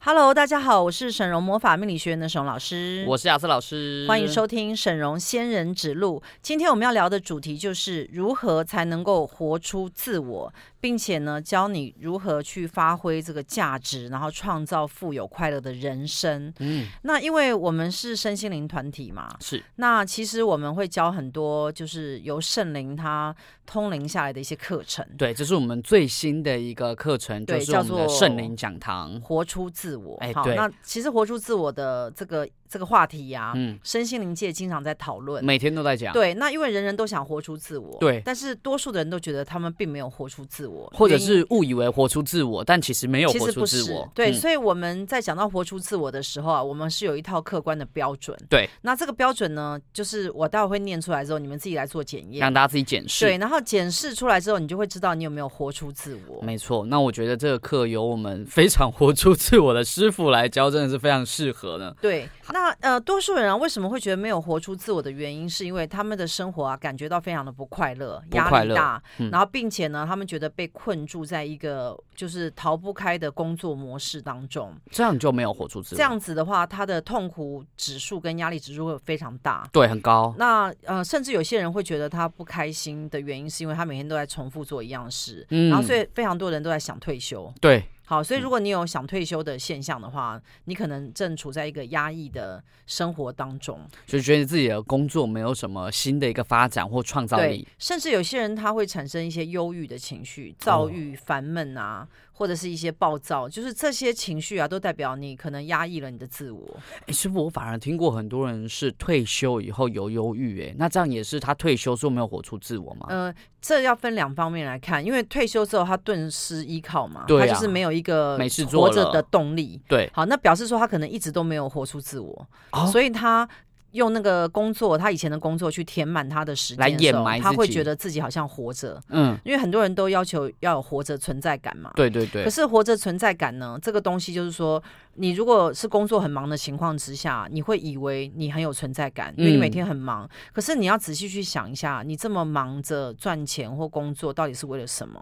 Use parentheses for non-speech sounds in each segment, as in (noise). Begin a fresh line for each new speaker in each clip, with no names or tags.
Hello，大家好，我是沈荣魔法命理学院的沈荣老师，
我是雅思老师，
欢迎收听沈荣仙人指路。今天我们要聊的主题就是如何才能够活出自我，并且呢，教你如何去发挥这个价值，然后创造富有快乐的人生。
嗯，
那因为我们是身心灵团体嘛，
是
那其实我们会教很多就是由圣灵他通灵下来的一些课程，
对，这是我们最新的一个课程，
对
就是我们
叫
的
做
圣灵讲堂。
活出自我。
哎
好，
对
那其实活出自我的这个这个话题呀、
嗯，
身心灵界经常在讨论。
每天都在
啊
讲，，
对，那因为人人都想活出自我，
对
但是多数的人都觉得他们并没有活出自我，
或者
原因
是误以为活出自我，但其实没有
其
活
实
出
不
自
是
我。
对，
嗯
所以我们在讲到活出自我的时候啊，我们是有一套客观的标准。
对，
那这个标准呢，就是我待会会念出来之后，你们自己来做检验。
让大家自己检视。
对，然后检视出来之后，你就会知道你有没有活出自我。
没错，那我觉得这个课由我们非常活出自我的师傅来教，真的是非常适合呢。
对，那呃，多数人啊，为什么会觉得没有活出自我的原因，是因为他们的生活啊，感觉到非常的不快乐，
不
压
快
力
乐
大，
嗯
然后并且呢，他们觉得被困住在一个就是逃不开的工作模式当中。
这样就没有活出自我，
这样子的话，他的痛苦指数跟压力指数会非常大。
对很高。
那呃，甚至有些人会觉得他不开心的原因，是因为他每天都在重复做一样的事，
嗯
然后所以非常多人都在想退休。
对，
好，所以
嗯
如果你有想退休的现象的话，你可能正处在一个压抑的生活当中，
就觉得自己的工作没有什么新的一个发展或创造
对
力。，
甚至有些人他会产生一些忧郁的情绪、
哦
躁郁、烦闷啊，或者是一些暴躁，就是这些情绪啊，都代表你可能压抑了你的自我。
哎，师傅，我反而听过很多人是退休以后有忧郁，哎，那这样也是他退休之后没有活出自我吗？
呃，这要分两方面来看，因为退休之后他顿时依靠嘛，
对
他
啊
就是没有一个
没事做
活着
了
的动力。
对，
好，那表示说他可能一直都没有活出自我，
哦
所以他用那个工作，他以前的工作去填满他的时间
来
的时
掩
候
埋
他
自
会
己
觉得自己好像活着，
嗯，
因为很多人都要求要有活着存在感嘛。
对对对
可，是活着存在感呢？这个东西就是说，你如果是工作很忙的情况之下，你会以为你很有存在感，因为你每
嗯
天很忙。可是你要仔细去想一下，你这么忙着赚钱或工作，到底是为了什么？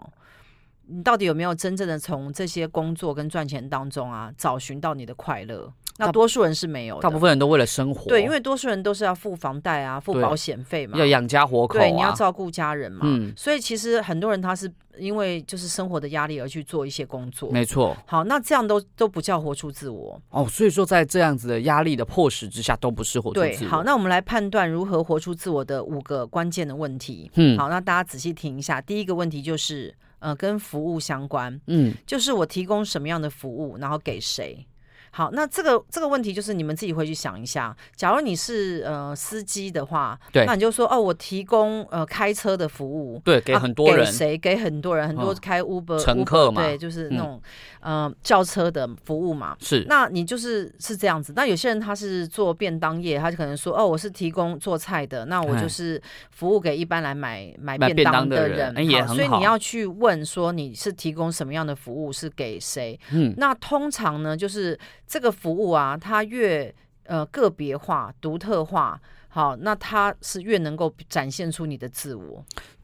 你到底有没有真正的从这些工作跟赚钱当中啊，找寻到你的快乐？那
大
多数人是没有
大部
的。
分人都为了生活，
对，因为多数人都是要付房贷啊，付
对
保险费嘛，
要养家活口、啊，
对，你要照顾家人嘛。
嗯
所以其实很多人他是因为就是生活的压力而去做一些工作，
没错
好，那这样都都不叫活出自我。
哦，所以说在这样子的压力的迫使之下，都不是活出
对
自，我。
好，那我们来判断如何活出自我的五个关键的问题。
嗯
好，那大家仔细听一下。第一个问题就是，呃，跟服务相关，
嗯，
就是我提供什么样的服务，然后给谁。好，那这个这个问题就是你们自己回去想一下。假如你是呃司机的话，
对
那你就说哦，我提供呃开车的服务，
对，给
啊
很多人
给、谁？给很多人，很多
嗯
开 Uber、
乘客
Uber，
嘛嗯
对，就是那种、呃轿车的服务嘛。
是
那你就是是这样子。那有些人他是做便当业，他就可能说，哦，我是提供做菜的，那我
哎
就是服务给一般来买买
买便
当
当的人
人。
哎也
好
很
所以
好
你要去问说你是提供什么样的服务，是给谁？
嗯
那通常呢，就是这个服务啊，它越呃个别化、独特化。好，那它是越能够展现出你的自我，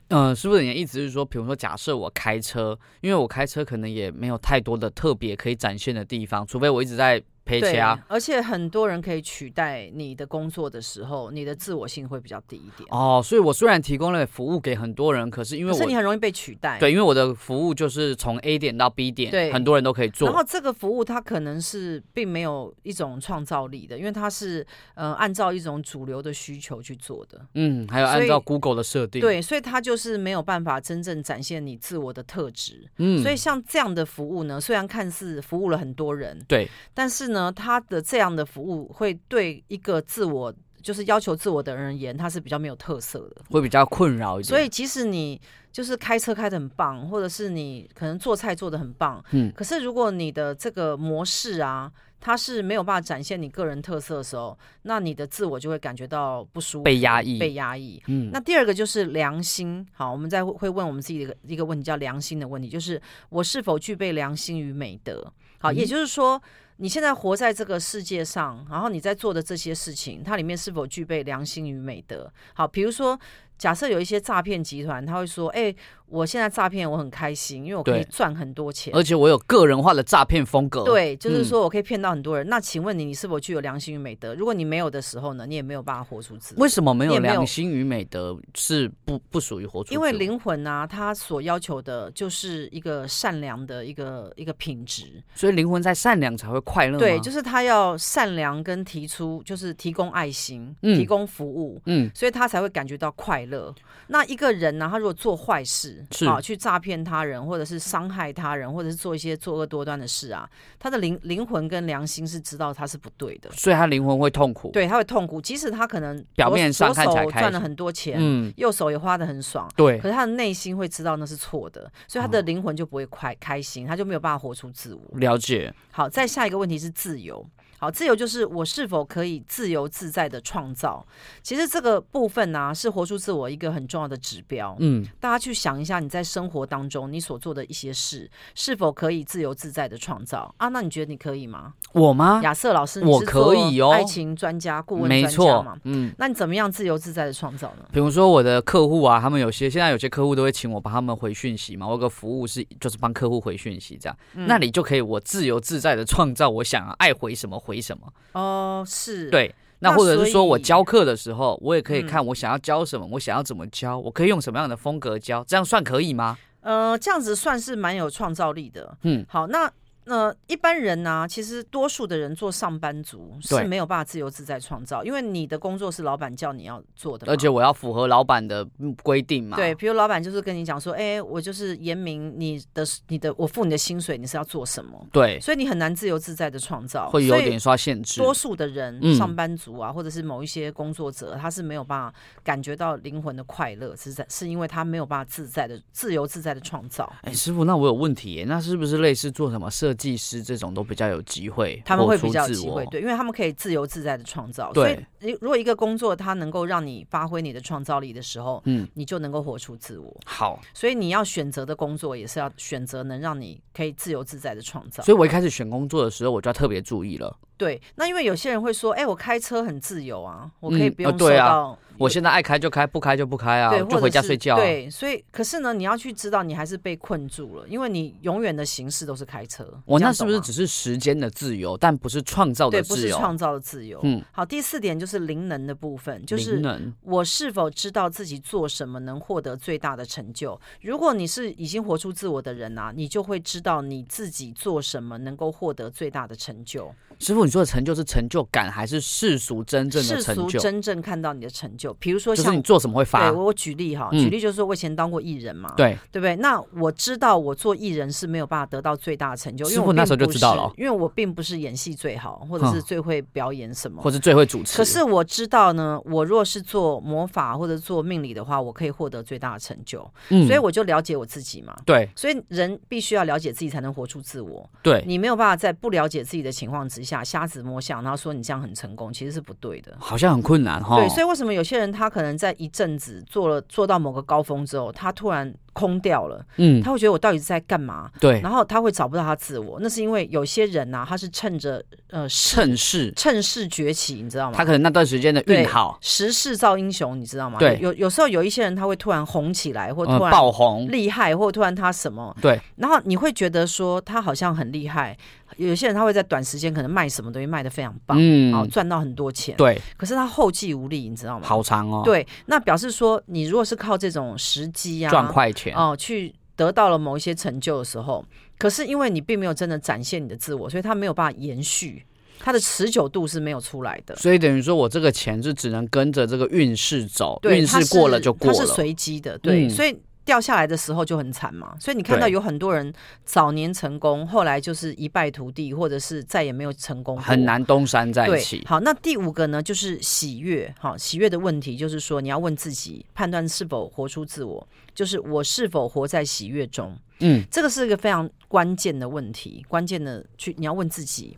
呃，师傅你的意思是说，比如说假设我开车，因为我开车可能也没有太多的特别可以展现的地方，除非我一直在陪啊
对
家。，
而且很多人可以取代你的工作的时候，你的自我性会比较低一点，
哦，所以我虽然提供了服务给很多人，可是因为
可是你
我
很容易被取代。
对，因为我的服务就是从 A 点到 B
对
点，很多人都可以做
然。后这个服务它可能是并没有一种创造力的，因为它是呃按照一种主流的需求去做的，
嗯，还有
所
按
以
照 Google 的设定，，
对，所以它就是没有办法真正展现你自我的特质。
嗯，
所以像这样的服务呢，虽然看似服务了很多人，
对，
但是呢，它的这样的服务会对一个自我就是要求自我的人而言，它是比较没有特色的。
会比较困扰一点。
所以，即使你就是开车开的很棒，或者是你可能做菜做的很棒，
嗯
可是如果你的这个模式啊，它是没有办法展现你个人特色的时候，那你的自我就会感觉到不舒服、
被压抑
被压抑。
嗯，
那第二个就是良心，好，我们再会问我们自己的一个一个问题，叫良心的问题，就是我是否具备良心与美德？好，也
嗯
就是说，你现在活在这个世界上，然后你在做的这些事情，它里面是否具备良心与美德？好，比如说假设有一些诈骗集团，他会说：“哎、我现在诈骗，我很开心，因为我可以
对
赚很多钱。”
而且我有个人化的诈骗风格。，
对，就是
嗯
说我可以骗到很多人。那请问你，你是否具有良心与美德？如果你没有的时候呢，你也没有办法活出自我。
为什么没
你
有
也没有
良心与美德是不不属于活出自
因
我？
为灵魂啊，它所要求的就是一个善良的一个一个品质，
所以灵魂在善良才会快乐吗。
对，就是他要善良跟提出，就是提供爱心，
嗯
提供服务，
嗯，
所以他才会感觉到快乐。那一个人呢、他如果做坏事，
是
啊，去诈骗他人，或者是伤害他人，或者是做一些作恶多端的事啊，他的灵灵魂跟良心是知道他是不对的，
所以他灵魂会痛苦。，
对，他会痛苦。即使他可能左
表面上
左
看起来
手
开
赚了
心
很多钱，
嗯，
右手也花的很爽。
对哦
可，是他的内心会知道那是错的，所以他的灵魂就不会快开心，他就没有办法活出自我。
了解。
好，再下一个问题是自由。好，自由就是我是否可以自由自在的创造。其实这个部分呢、是活出自我一个很重要的指标。
嗯，
大家去想一下，你在生活当中你所做的一些事，是否可以自由自在的创造啊？那你觉得你可以吗？
我吗？
亚瑟老师，你
啊我
是
可以
做
哦
爱情专家、顾问
没
专家
错
嘛？，
嗯。
那你怎么样自由自在的创造呢？
比如说我的客户啊，他们有些现在有些客户都会请我帮他们回讯息嘛，我有个服务是就是帮客户回讯息这样，
嗯
那你就可以我自由自在的创造我想要爱回什么回什么，
哦，是，
对。那
那
或者
所
是说我
以
教课的时候，我也可以
嗯
看我想要教什么，我想要怎么教，我可以用什么样的风格教，这样算可以吗？
呃，这样子算是蛮有创造力的。
嗯，
好，那呃，一般人呢、其实多数的人做上班族是
对
没有办法自由自在创造，因为你的工作是老板叫你要做的嘛，
而且我要符合老板的嗯规定嘛。
对，，比如老板就是跟你讲说，哎、我就是严明你的你的，我付你的薪水，你是要做什么，
对，
所以你很难自由自在的创造，
会有
所以
点受到限制。
多数的人，
嗯
上班族啊，或者是某一些工作者，他是没有办法感觉到灵魂的快乐，是在是因为他没有办法自在的、自由自在的创造。
哎，师傅，那我有问题耶，那是不是类似做什么设计师这种都比较有机会？
他们会比较有机会，。对，因为他们可以自由自在的创造。所以
对，
你如果一个工作它能够让你发挥你的创造力的时候，
嗯，
你就能够活出自我。
好，
所以你要选择的工作也是要选择能让你可以自由自在的创造。
所以我一开始选工作的时候，我就要特别注意了。
对，那因为有些人会说，哎、我开车很自由啊，我可以
嗯
不
呃
用受
对啊
到
我现在爱开就开，不开就不开啊，
对，
我
或
就
者
回家
是
睡觉、啊。，
对，所以可是呢，你要去知道，你还是被困住了，因为你永远的形式都是开车。
我
这
那
样
是不
懂
是
吗
只是时间的自由，但不是创造
对，
的
不
自
是
由？啊
创造的自由？
嗯，
好，第四点就是灵能的部分，就是
灵能
我是否知道自己做什么能获得最大的成就？如果你是已经活出自我的人啊，你就会知道你自己做什么能够获得最大的成就，
师傅，你说的成就是成就感，还是世俗真正的
世
成
俗
就？
真正看到你的成就。比如说
就是
像
你做什么会发
对？我我嗯举例哈，
嗯
举例就是说我以前当过艺人嘛，
对，
对不对？那我知道我做艺人是没有办法得到最大的成就，因为
师傅
我并
那时候就
不
知道
是
了哦
因为我并不是演戏最好，或者是最会表演什么。
或是最会主持。
可是我知道呢，我若是做魔法或者做命理的话，我可以获得最大的成就，
嗯，
所以我就了解我自己嘛。
对
所以人必须要了解自己，才能活出自我。
对，
你没有办法在不了解自己的情况之下瞎子摸象，然后说你这样很成功，其实是不对的。
好像很困难哈。
对，所以为什么有些人他可能在一阵子做了做到某个高峰之后，他突然空掉了，
嗯，
他会觉得我到底是在干嘛？
对，
然后他会找不到他自我，那是因为有些人呐、他是趁着呃势
趁势，
趁势崛起，你知道吗？
他可能那段时间的
对
运好，
时势造英雄，你知道吗？
对
有有时候有一些人他会突然红起来，或
嗯，
突然
爆红，
厉害，或突然他什么，
对，
然后你会觉得说他好像很厉害。有些人他会在短时间可能卖什么东西卖得非常棒，哦，
嗯，
赚到很多钱，
对，
可是他后继无力，你知道吗？
好长哦，，
嗯对，那表示说你如果是靠这种时机啊，
赚快钱，
哦、去得到了某一些成就的时候，可是因为你并没有真的展现你的自我，所以它没有办法延续，它的持久度是没有出来的。
所以等于说我这个钱是只能跟着这个运势走，
对，
运
它
势
是
过了就过
它是
了。
随机的，对，
嗯
所以。掉下来的时候就很惨嘛，所以你看到
对
有很多人早年成功，后来就是一败涂地，或者是再也没有成功过，
很难东山再
对，
起，
好，那第五个呢，就是喜悦。好，喜悦的问题就是说，你要问自己，判断是否活出自我，就是我是否活在喜悦中。
嗯，
这个是一个非常关键的问题，关键的去你要问自己。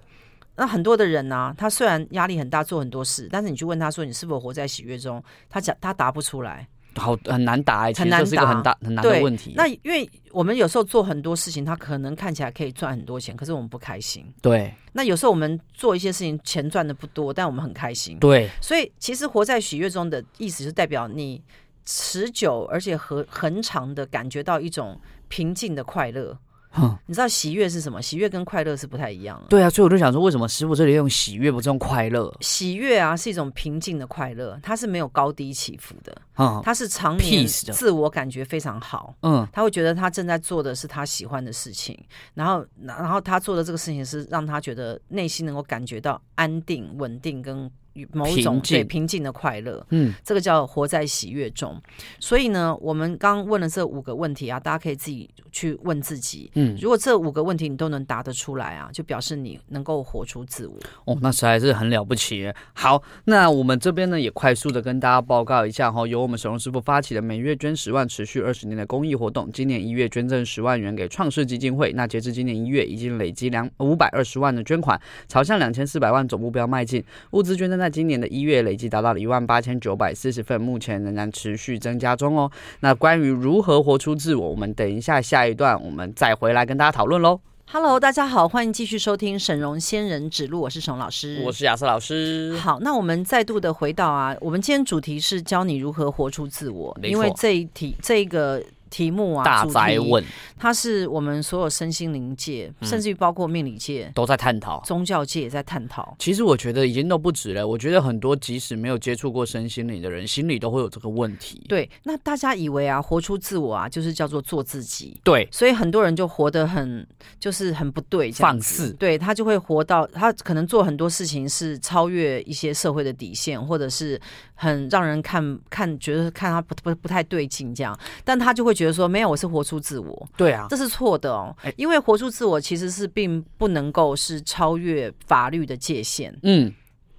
那很多的人呢、他虽然压力很大，做很多事，但是你去问他说你是否活在喜悦中，他讲他答不出来。
好很难答哎，其
很
实
难
这是一个
答
很大很难
对
的问题。
那因为我们有时候做很多事情，他可能看起来可以赚很多钱，可是我们不开心。
对
那有时候我们做一些事情，钱
嗯
赚的不多，但我们很开心。
对，
所以其实活在喜悦中的意思，是代表你持久而且和恒长的感觉到一种平静的快乐。
哼
你知道喜悦是什么？喜悦跟快乐是不太一样的。
对啊，所以我就想说，为什么师傅这里用喜悦，不是用快乐？
喜悦啊，是一种平静的快乐，它是没有高低起伏的，
嗯
它是常年
Peace 的
自我感觉非常好。
嗯，
他会觉得他正在做的是他喜欢的事情，然后然后他做的这个事情是让他觉得内心能够感觉到安定、稳定跟某种
平静
对平静的快乐。
嗯，
这个叫活在喜悦中。所以呢，我们刚问了这五个问题啊，大家可以自己去问自己。
嗯，
如果这五个问题你都能答得出来啊，就表示你能够活出自我。
哦，那实在是很了不起耶。好，那我们这边呢也快速的跟大家报告一下哈、由我们沈荣师傅发起的每月捐十万、持续二十年的公益活动，今年一月捐赠十万元给创世基金会。那截至今年一月，已经累积两五百二十万的捐款，朝向两千四百万总目标迈进。物资捐赠在今年的一月累计达到了一万八千九百四十份，目前仍然持续增加中哦。那关于如何活出自我，我们等一下下一段我们再回来跟大家讨论喽。
Hello，大家好，欢迎继续收听沈荣仙人指路，我是沈荣老师，
我是亚瑟老师。
好，那我们再度的回到啊，我们今天主题是教你如何活出自我，
没错
因为这一题这个题目啊，
大
主
灾
题
问嗯
它是我们所有身心灵界，甚至于包括命理界、
都在探讨，
宗教界也在探讨。
其实我觉得已经都不止了。我觉得很多即使没有接触过身心灵的人，心里都会有这个问题。
对，那大家以为啊，活出自我啊，就是叫做做自己，
对，
所以很多人就活得很，就是很不对，这样
放肆。
对他就会活到他可能做很多事情是超越一些社会的底线，或者是很让人看看觉得看他不不不太对劲这样，但他就会觉得说没有，我是活出自我，
对啊，
这是错的哦
哎，
因为活出自我其实是并不能够是超越法律的界限，
嗯，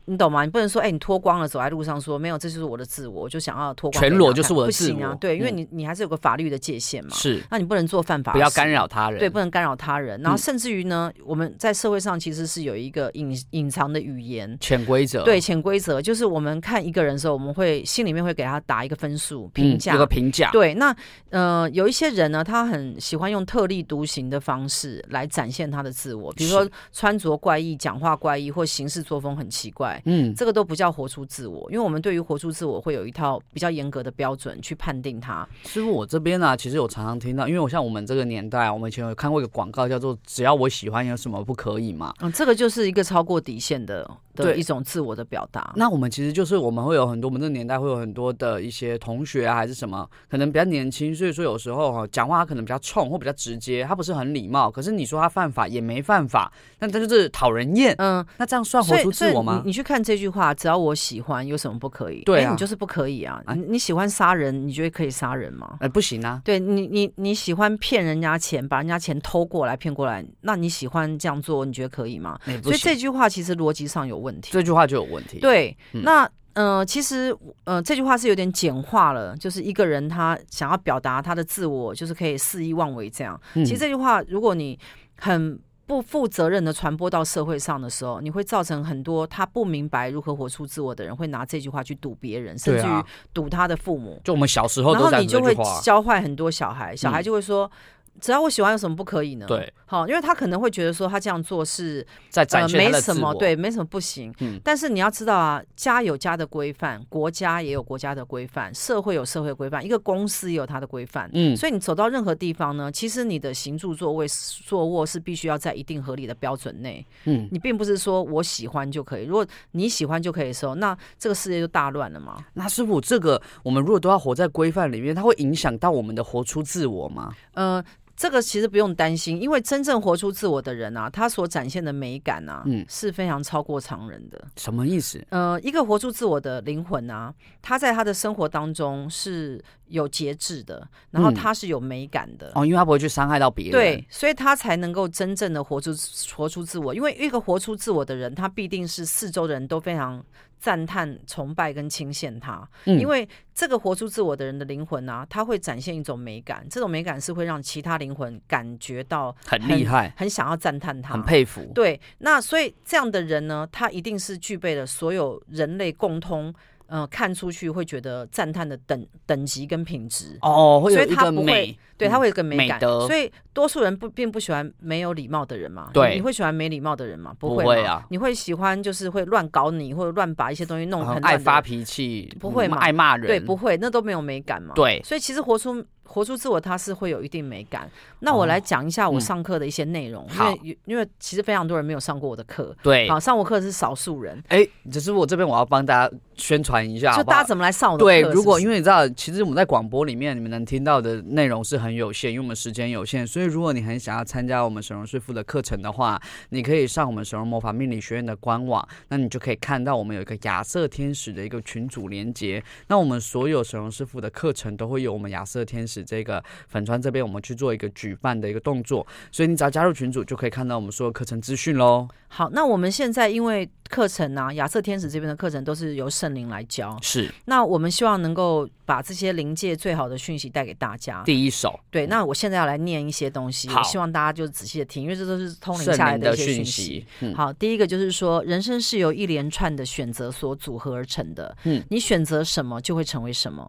你懂吗？你不能说哎、你脱光了走在路上说没有，这就是我的自我，我就想要脱光
全
给
裸
大家
就是
看
我的
不
自
行啊
我，
对，因为
嗯
你、你还是有个法律的界限嘛，
是
那你不能做犯法，
不要干。扰他人。
对，不能干扰他人。然后
嗯
甚至于呢，我们在社会上其实是有一个隐隐藏的语言。
潜规则。嗯
对潜规则，就是我们看一个人的时候，我们会心里面会给他打一个分数评
嗯，
价。
有个评价。
对，那呃，有一些人呢，他很喜欢用特立独行的方式来展现他的自我，比如说
是
穿着怪异、讲话怪异，或行事作风很奇怪，
嗯，
这个都不叫活出自我。因为我们对于活出自我会有一套比较严格的标准去判定他。
师傅，我这边呢、其实我常常听到，因为我像我们这个年代啊，我们以前有看过一个广告，叫做“只要我喜欢，有什么不可以”嘛。
嗯，这个就是一个超过底线的的
对
一种自我的表达。
那我们其实就是我们会有很多，我们这个年代会有很多的一些同学啊，还是什么，可能比较年轻，所以说有时候哈、讲话他可能比较冲或比较直接，他不是很礼貌。可是你说他犯法也没犯法，但他就是讨人厌。
嗯，
那这样算活
所
出
以所
自
以
我
你
吗？
你去看这句话，只要我喜欢，有什么不可以？
对啊
哎你就是不可以啊！
啊
你你喜欢杀人，你觉得可以杀人吗？
呃，不行啊，
对你，你你喜欢骗人家钱，把人家钱偷过来骗过来，那你喜欢这样做，你觉得可以吗？
哎不
所以这
行。
句话其实逻辑上有问题。
这句话就有问题。，
对，
嗯
那呃，其实呃，这句话是有点简化了，就是一个人他想要表达他的自我，就是可以肆意妄为这样。
嗯
其实这句话，如果你很不负责任的传播到社会上的时候，你会造成很多他不明白如何活出自我的人，会拿这句话去赌别人，甚
对
至于
啊，
赌他的父母，
就我们小时候
然
都
后
在
你
这
就
句
会
话。
教坏很多小孩，小孩
嗯
就会说。只要我喜欢，有什么不可以呢？，
啊对，
好，因为他可能会觉得说他这样做是
在展现
呃没
他的自
什
我。
么，对，没什么不行。
嗯
但是你要知道啊，家有家的规范，国家也有国家的规范，社会有社会规范，一个公司也有它的规范。
嗯，
所以你走到任何地方呢，其实你的行住坐位、坐卧是必须要在一定合理的标准内。
嗯，
你并不是说我喜欢就可以，如果你喜欢就可以的时候，那这个世界就大乱了嘛。
那师傅，这个我们如果都要活在规范里面，它会影响到我们的活出自我吗？
呃，这个其实不用担心，因为真正活出自我的人啊，他所展现的美感啊，
嗯
是非常超过常人的。
什么意思？
呃，一个活出自我的灵魂啊，他在他的生活当中是有节制的，然后
嗯
他是有美感的。
哦，因为他不会去伤害到别人。
对，所以他才能够真正的活出活出自我。因为一个活出自我的人，他必定是四周的人都非常赞叹、崇拜跟倾羡他。
嗯，
因为这个活出自我的人的灵魂啊，他会展现一种美感，这种美感是会让其他灵魂感觉到
很厉害，
很想要赞叹他，
很佩服。
对，那所以这样的人呢，他一定是具备了所有人类共通呃看出去会觉得赞叹的等等级跟品质。
哦，会有
所以
一
它
个
不会
美，
对，
嗯
他会有个美
美
感，
德
所以多数人不并不喜欢没有礼貌的人嘛。
对
你会喜欢没礼貌的人吗？
不
会
会
嘛
啊
你会喜欢就是会乱搞你，或者乱把一些东西弄得很
很
乱
哦爱
的
发
人
脾气，
不会
嗯
嘛
爱骂人，
对，不会，那都没有美感嘛。
对
所以其实活出活出自我，它是会有一定美感。那我来讲一下我
嗯
上课的一些内容，因
好
为有因为其实非常多人没有上过我的课，
对
好，上我课是少数人，
哎，只是我这边我要帮大家宣传一下，
就
好不好
大家怎么来上我的课？
对，如果因
为
为你知道，其实我们在广播里面，你们能听到的内容是很有限，因为我们时间有限，所以如果你很想要参加我们沈荣师傅的课程的话，你可以上我们沈荣魔法命理学院的官网，那你就可以看到我们有一个亚瑟天使的一个群组连接。那我们所有沈荣师傅的课程都会有我们亚瑟天使这个粉川这边我们去做一个举办的一个动作，所以你只要加入群组就可以看到我们所有课程资讯喽。
好，那我们现在因为课程啊，亚瑟天使这边的课程都是由圣灵来教，
是
那我们希望能够把这些灵界最好的讯息带给大家。
第一手，
对，那我现在要来念一些东西，
好
我希望大家就仔细的听，因为这都是通灵
圣
下来
灵
的一
的
些
讯
息。
息，嗯，
好，第一个就是说，人生是由一连串的选择所组合而成的。
嗯
嗯，你选择什么就会成为什么，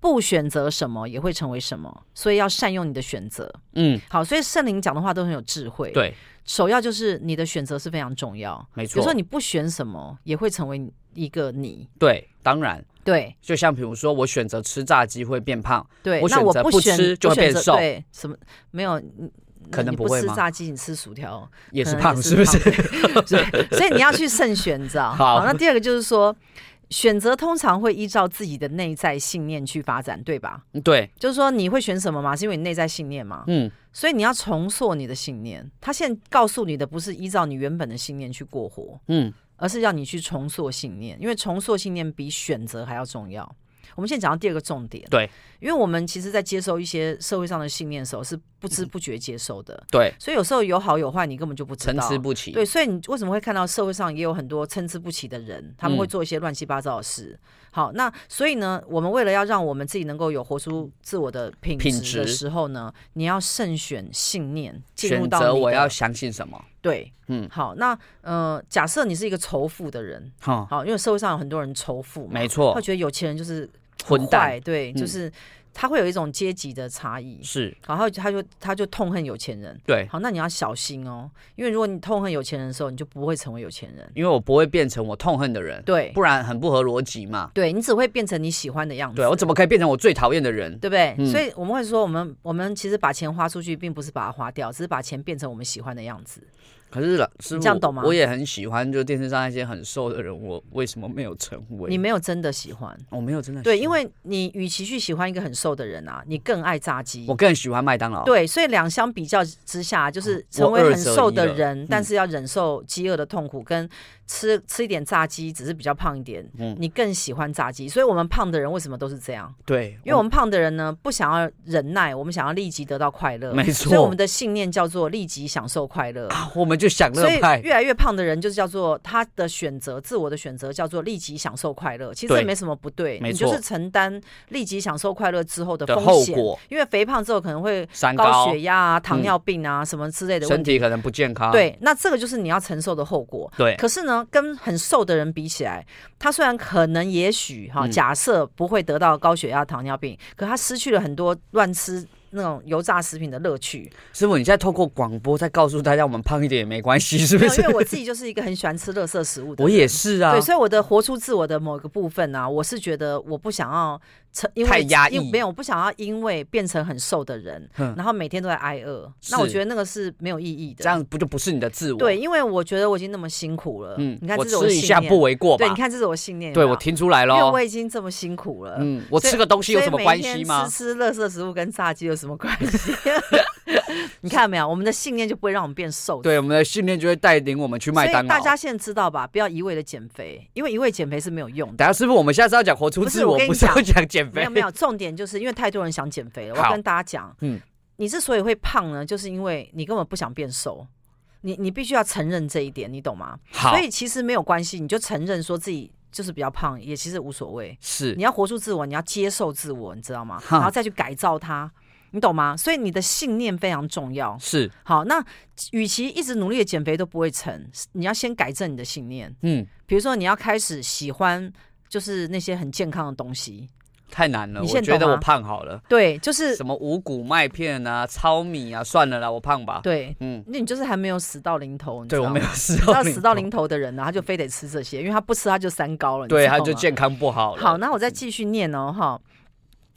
不选择什么也会成为什么，所以要善用你的选择。
嗯，
好，所以圣灵讲的话都很有智慧。，
对，
首要就是你的选择是非常重要。
没
有
错，
时候你不选什么，也会成为一个你。
对，当然。
对
就像比如说，我选择吃炸鸡会变胖，
对，
我
那
选
我
择
不
不
选
吃就
我
会变
选择
瘦
对，什么没有？嗯
可能
你
不
不
会
吃
吗
炸鸡，你吃薯条，
(laughs) 也
可
是
能
胖，是不是？ (laughs)
胖？对，所以你要去慎选，你知道？
好
那第二个就是说，选择通常会依照自己的内在信念去发展，对吧？
(laughs) 对，
就是说你会选什么嘛？是因为你内在信念嘛？
嗯，
所以你要重塑你的信念。他现在告诉你的不是依照你原本的信念去过活，
嗯，
而是要你去重塑信念，因为重塑信念比选择还要重要。我们现在讲到第二个重点，
对，
因为我们其实，在接收一些社会上的信念的时候，是不
嗯
知不觉接收的，
对，
所以有时候有好有坏，你根本就不知
参
道
差。不齐，
对，所以你为什么会看到社会上也有很多参差不齐的人，他们会
嗯
做一些乱七八糟的事？好，那所以呢，我们为了要让我们自己能够有活出自我的品
品
质的
质
时候呢，你要慎选信念，进入
选
到
择
你
我
的
要相信什么？
对，嗯
嗯，
好，那呃，假设你是一个仇富的人，
哈，
好，因为社会上有很多人仇富嘛，
没错
他，觉得有钱人就是
混蛋嗯
坏，对，就是他会有一种阶级的差异，
是，
然后他就他就痛恨有钱人。
对，
好，那你要小心哦，因为如果你痛恨有钱人的时候，你就不会成为有钱人。
因为我不会变成我痛恨的人，
对，
不然很不合逻辑嘛。
对你只会变成你喜欢的样子。
对我怎么可以变成我最讨厌的人？
对不对？
嗯
所以我们会说，我们我们其实把钱花出去，并不是把它花掉，只是把钱变成我们喜欢的样子。
可是老师
你
傅，
这样懂吗
我也很喜欢，就电视上那些很瘦的人，我为什么没有成
你
为？
没有真的喜欢，
我没有真的
对，
喜
因
欢
为你与其去喜欢一个很瘦的人啊，你更爱炸鸡
我。更喜欢麦当劳。
对，所以两相比较之下，就是
我
成为
二
很
择
瘦
一
的
了
人，但
嗯
是要忍受饥饿的痛苦，跟吃吃一点炸鸡，只是比较胖一点。
嗯
你更喜欢炸鸡，所以我们胖的人为什么都是这样？
对，
因为我们胖的人呢，不想要忍耐，我们想要立即得到快乐。
没
所以我
错
们，的信念叫做立即享受快乐。
啊我们就享乐
所以
派，
越来越胖的人，就是叫做他的选择，自我的选择叫做立即享受快乐。其实
对
这没什么不对，
没
你就是
错
承担立即享受快乐之后的
的
风
后
险，
果，
因为肥胖之后可能会
三
高
高、
血压啊、糖尿病啊、什么之类的问
身
题。
体可啊能不健康。
对，那这个就是你要承受的后果。
对，
可是呢，跟很瘦的人比起来，他虽然可能也许哈，
嗯
假设不会得到高血压、糖尿病，可他失去了很多乱吃那种油炸食品的乐趣。
师傅，你现在透过广播在告诉大家，我们胖一点也没
(laughs)
关系，是
没
(laughs) 不
有，因
是？
为我自己就是一个很喜欢吃垃圾食物的
(laughs) 我
人。
也是啊
对，，所以我的活出自我的某个部分啊，我是觉得我不想要成，因为
太压抑
因没有，我不想要因为变成很瘦的人，
哼
然后每天都在挨饿。那我
是
觉得那个是没有意义的。
这样不就不是你的自我？
对，，因为我觉得我已经那么辛苦了。
嗯，
你看
我
这是我的
吃一
信
下
念。
不为过
对，
吧
你？看这是我信念有没啊
对，
有。
我听出来
因为
咯
我。已经这么辛苦了。
嗯，我吃个东西有
所以
什么
每
关
天
系吗
吃？吃垃圾食物跟炸鸡有什么关
(laughs)
系？ (laughs) 你看到没有，我们的信念就不会让我们变瘦。
对，我们的信念就会带领我们去麦
所
当
以
劳
大。家现在知道吧，不要一味的减肥，因为一味减肥是没有用的。
等下，师傅，我们下次要讲活出
不是
自
我
我
跟，你
不是要讲减
没
肥
有。没有，重点就是因为太多人想减肥了。我
好
要跟大家讲，嗯
嗯，
你之所以会胖呢，就是因为你根本不想变瘦，你你必须要承认这一点，你懂吗？
好
所，以其实没有关系，你就承认说自己就是比较胖，也其实无所谓。
是
你要活出自我，你要接受自我，你知道吗？
哈
然后再去改造它，你懂吗？所以你的信念非常重要。
是，
好，那与其一直努力的减肥都不会成，你要先改正你的信念。
嗯，
比如说，你要开始喜欢就是那些很健康的东西。
太难了，
你
我
现在
觉得
懂
我
吗
胖好了。
对，就是
什么五谷麦片啊、糙米啊，算了啦，我胖吧。
对，
嗯，
那你就是还没有死到临头，你知
对
道
我
吗
没有 (laughs) 死
你知
到
道死到临头的人呢，他就非得吃这些，因为他不吃他就三高了。你
对，
知道
他就
吗
健康不好
啊
了。嗯
好，那我再继续念哦，哈。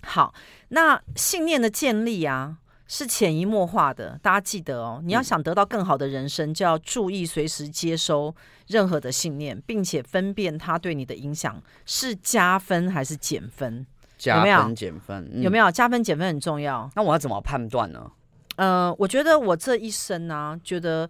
好，那信念的建立啊，是潜移默化的，大家记得哦。你要
嗯
想得到更好的人生，就要注意随时接收任何的信念，并且分辨它对你的影响是加分还是减分，
加
有没有
分减分嗯
有没
有？
有？加分减分很重要。
那我要怎么判断呢？
呃，我觉得我这一生呢、觉得，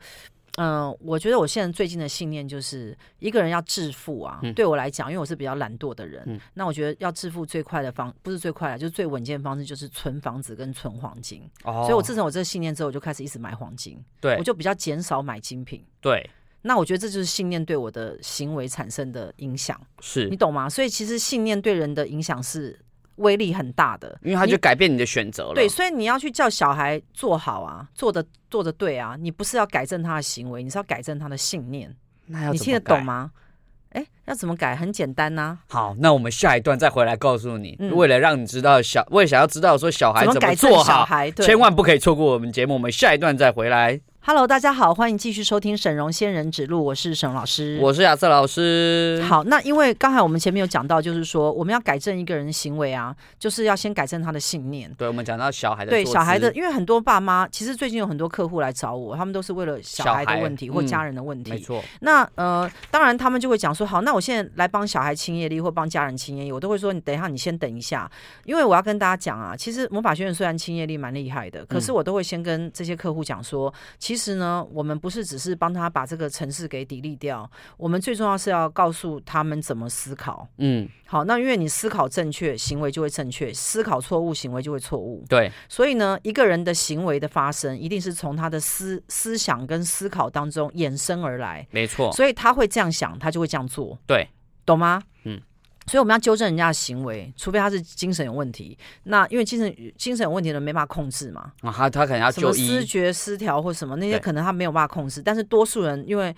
嗯、我觉得我现在最近的信念就是，一个人要致富啊，
嗯
对我来讲，因为我是比较懒惰的人，
嗯
那我觉得要致富最快的方，不是最快的，啊就是最稳健的方式，就是存房子跟存黄金。
哦
所以我自从我这个信念之后，我就开始一直买黄金，
对
我就比较减少买精品。
对
那我觉得这就是信念对我的行为产生的影响，
是
你，懂吗？所以其实信念对人的影响是威力很大的。
因为他
你
就改变你的选择了。
对，所以你要去叫小孩做好啊，做的做的对啊，你不是要改正他的行为，你是要改正他的信念。
那要
你
怎
听
么
得懂
改？
吗？哎，要怎么改？很简单呐、
好，那我们下一段再回来告诉你。
嗯
为了让你知道小，为了想要知道说小孩
怎么
怎
改
么
正
做
小
好，
孩？对
千万不可以错过我们节目。我们下一段再回来。
Hello，大家好，欢迎继续收听沈荣仙人指路，我是沈荣老师。
我是亚瑟老师。
嗯好，那因为刚才我们前面有讲到，就是说我们要改正一个人的行为啊，就是要先改正他的信念。
对，我们讲到小孩的
对
坐
小孩
姿
的，因为很多爸妈其实最近有很多客户来找我，他们都是为了小
小
孩的
孩
问题或
嗯
家人的问题。
没错，
那呃，当然他们就会讲说，好，那我现在来帮小孩清业力或帮家人清业力，我都会说，你等一下，你先等一下，因为我要跟大家讲啊，其实魔法学院虽然清业力蛮厉害的，可是我都会先跟这些客户讲说，其实呢，我们不是只是帮他把这个城市给砥砺掉，我们最重要是要告诉他们怎么思考。
嗯，
好，那因为你思考正确，行为就会正确；思考错误，行为就会错误。
对，
所以呢，一个人的行为的发生，一定是从他的思思想跟思考当中衍生而来。
没错，
所以他会这样想，他就会这样做，
哦对，
懂吗？
嗯。
所以我们要纠正人家的行为，除非他是精神有问题。那因为精神精神有问题的人没办法控制嘛，
啊，他他可能要
什么
就
思
医，
觉失调或什么那些，
对
可能他没有办法控制。但是多数人因为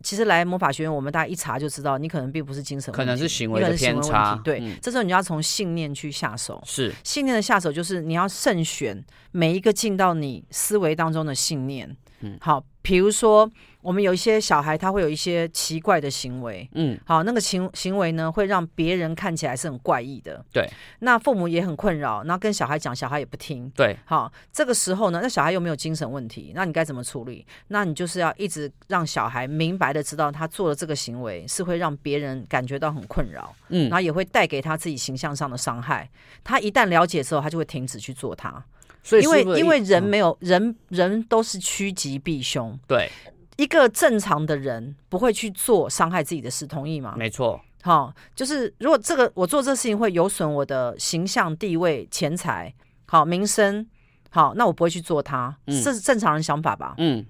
其实来魔法学院，我们大家一查就知道，你可能并不是精神问题，
可能是行
你
为
可能
的
是行
偏
为问
差
题。，对，
嗯
这时候你就要从信念去下手。
是
信念的下手就是你要慎选每一个进到你思维当中的信念。
嗯
嗯，好，比如说我们有一些小孩，他会有一些奇怪的行为。
嗯，
好，那个行行为呢，会让别人看起来是很怪异的。
对，
那父母也很困扰，然后跟小孩讲，小孩也不听。
对，
好，这个时候呢，那小孩又没有精神问题，那你该怎么处理？那你就是要一直让小孩明白的知道，他做的这个行为是会让别人感觉到很困扰。
嗯
然，后也会带给他自己形象上的伤害。他一旦了解之后，他就会停止去做它，
所以
因为
是不是
因为
一
人
嗯
没有人人都是趋吉避凶。
对，
一个正常的人不会去做伤害自己的事，同意吗？
没错，
好、就是如果这个我做这事情会有损我的形象、地位、钱财、好名声，好，那我不会去做它，
嗯
这是正常人想法吧？
嗯。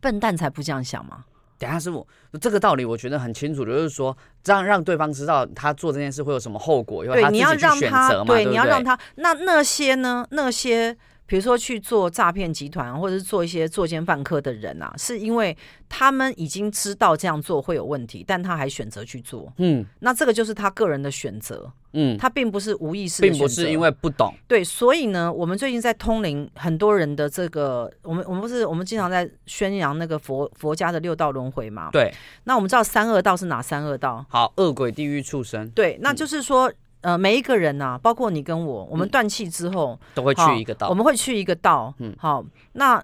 笨蛋才不这样想嘛。
等一下，师傅，这个道理我觉得很清楚，就是说让让对方知道他做这件事会有什么后果，因为
对，
他
你
自
要
己
让
去选择
他，
嘛，对不
你要让
对
他。那那些呢？那些比如说去做诈骗集团，或者是做一些作奸犯科的人啊，是因为他们已经知道这样做会有问题，但他还选择去做，
嗯
那这个就是他个人的选择，
嗯，
他并不是无意识的
并
选择，
不是因为不懂，
对，所以呢，我们最近在通灵，很多人的这个，我们我们不是我们经常在宣扬那个佛佛家的六道轮回嘛？
对，
那我们知道三恶道是哪三恶道？
好，恶鬼、地狱、畜生
对，那就是说，呃，每一个人呐、包括你跟我，我们
嗯
断气之后，
都会
好
去一个
我
道，
们会去一个道。
嗯
好，那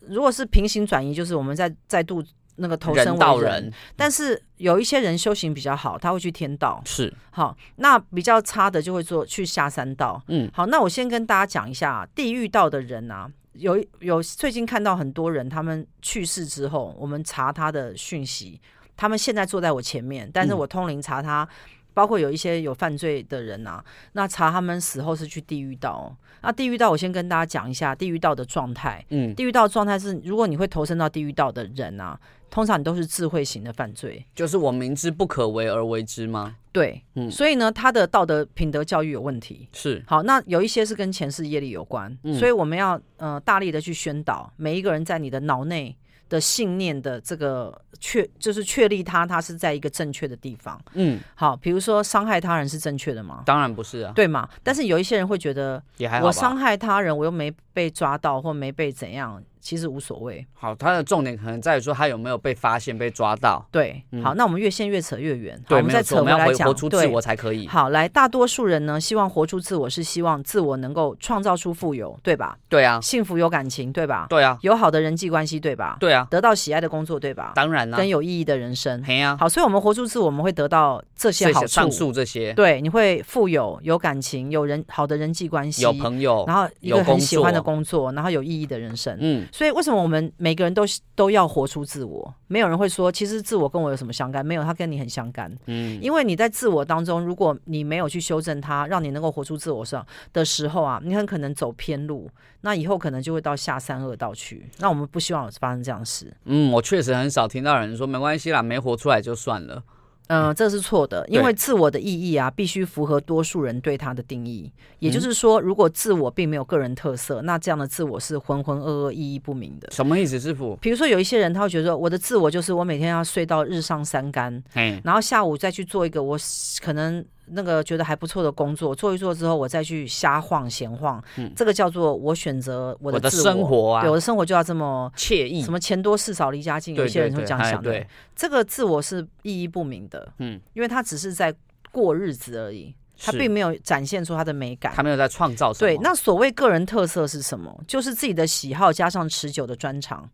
如果是平行转移，就是我们再再度那个投身
人
为
道
人
人
但是有一些人修行比较好，他会去天道。
是，
好，那比较差的就会做去下三道。
嗯
好，那我先跟大家讲一下啊地狱道的人啊。有有，最近看到很多人，他们去世之后，我们查他的讯息，他们现在坐在我前面，但是
嗯
我通灵查他，包括有一些有犯罪的人啊，那查他们死后是去地狱道、哦。那地狱道，我先跟大家讲一下地狱道的状态。
嗯，
地狱道的状态是，如果你会投身到地狱道的人啊，通常你都是智慧型的犯罪，
就是我明知不可为而为之吗？
对，
嗯
所以呢，他的道德品德教育有问题。
是，
好，那有一些是跟前世业力有关，
嗯
所以我们要呃大力的去宣导每一个人在你的脑内的信念的这个确就是确立他他是在一个正确的地方。
嗯，
好，比如说伤害他人是正确的吗？
当然不是啊，
对嘛？但是有一些人会觉得，
也还好
我
吧。
伤害他人，我又没被抓到或没被怎样，其实无所谓。
好，他的重点可能在于说他有没有被发现、被抓到。
对，
嗯
好，那我们越陷越扯越远。好，
对，
我
没
们
有
再扯
错，我
回
们要
来
回
讲，
活出自
对
我才可以。
好，来，大多数人呢，希望活出自我是希望自我能够创造出富有，对吧？
对啊，
幸福有感情，对吧？
对啊，
有好的人际关系，对吧？
对啊，
得到喜爱的工作，对吧？
当然啦、啊
跟有意义的人生。
嘿呀、啊，
好，所以我们活出自我，我们会得到这些
这
好
些上
处。
述这些，
对，你会富有、有感情、有人好的人际关系，
有朋友，
然后一
有
个
工
很喜欢的
作
工作，然后有意义的人生。
嗯，
所以为什么我们每个人都都要活出自我？没有人会说，其实自我跟我有什么相干？没有，它跟你很相干。
嗯，
因为你在自我当中，如果你没有去修正它，让你能够活出自我上的时候啊，你很可能走偏路，那以后可能就会到下三恶道去。那我们不希望有发生这样的事，
嗯，我确实很少听到有人说没关系啦，没活出来就算了。
嗯、这是错的，因
对
为自我的意义啊，必须符合多数人对它的定义。也就是说，如果自我并没有个人特色，那这样的自我是浑浑噩噩、意义不明的。
什么意思，师傅？
比如说，有一些人他会觉得说，我的自我就是我每天要睡到日上三竿，
嘿，
然后下午再去做一个我可能那个觉得还不错的工作，做一做之后，我再去瞎晃闲晃，这个叫做我选择我
嗯我
的
的
自
生活啊
对，我的生活就要这么
惬意
什，么钱多事少离家近，有
对
些
对
人会
对，
这样
哎
想的。
对，
这个自我是意义不明的，
嗯，
因为他只是在过日子而已，他
是
并没有展现出他的美感
他。没有在创造什么。
对，那所谓个人特色是什么？就是自己的喜好加上持久的专长，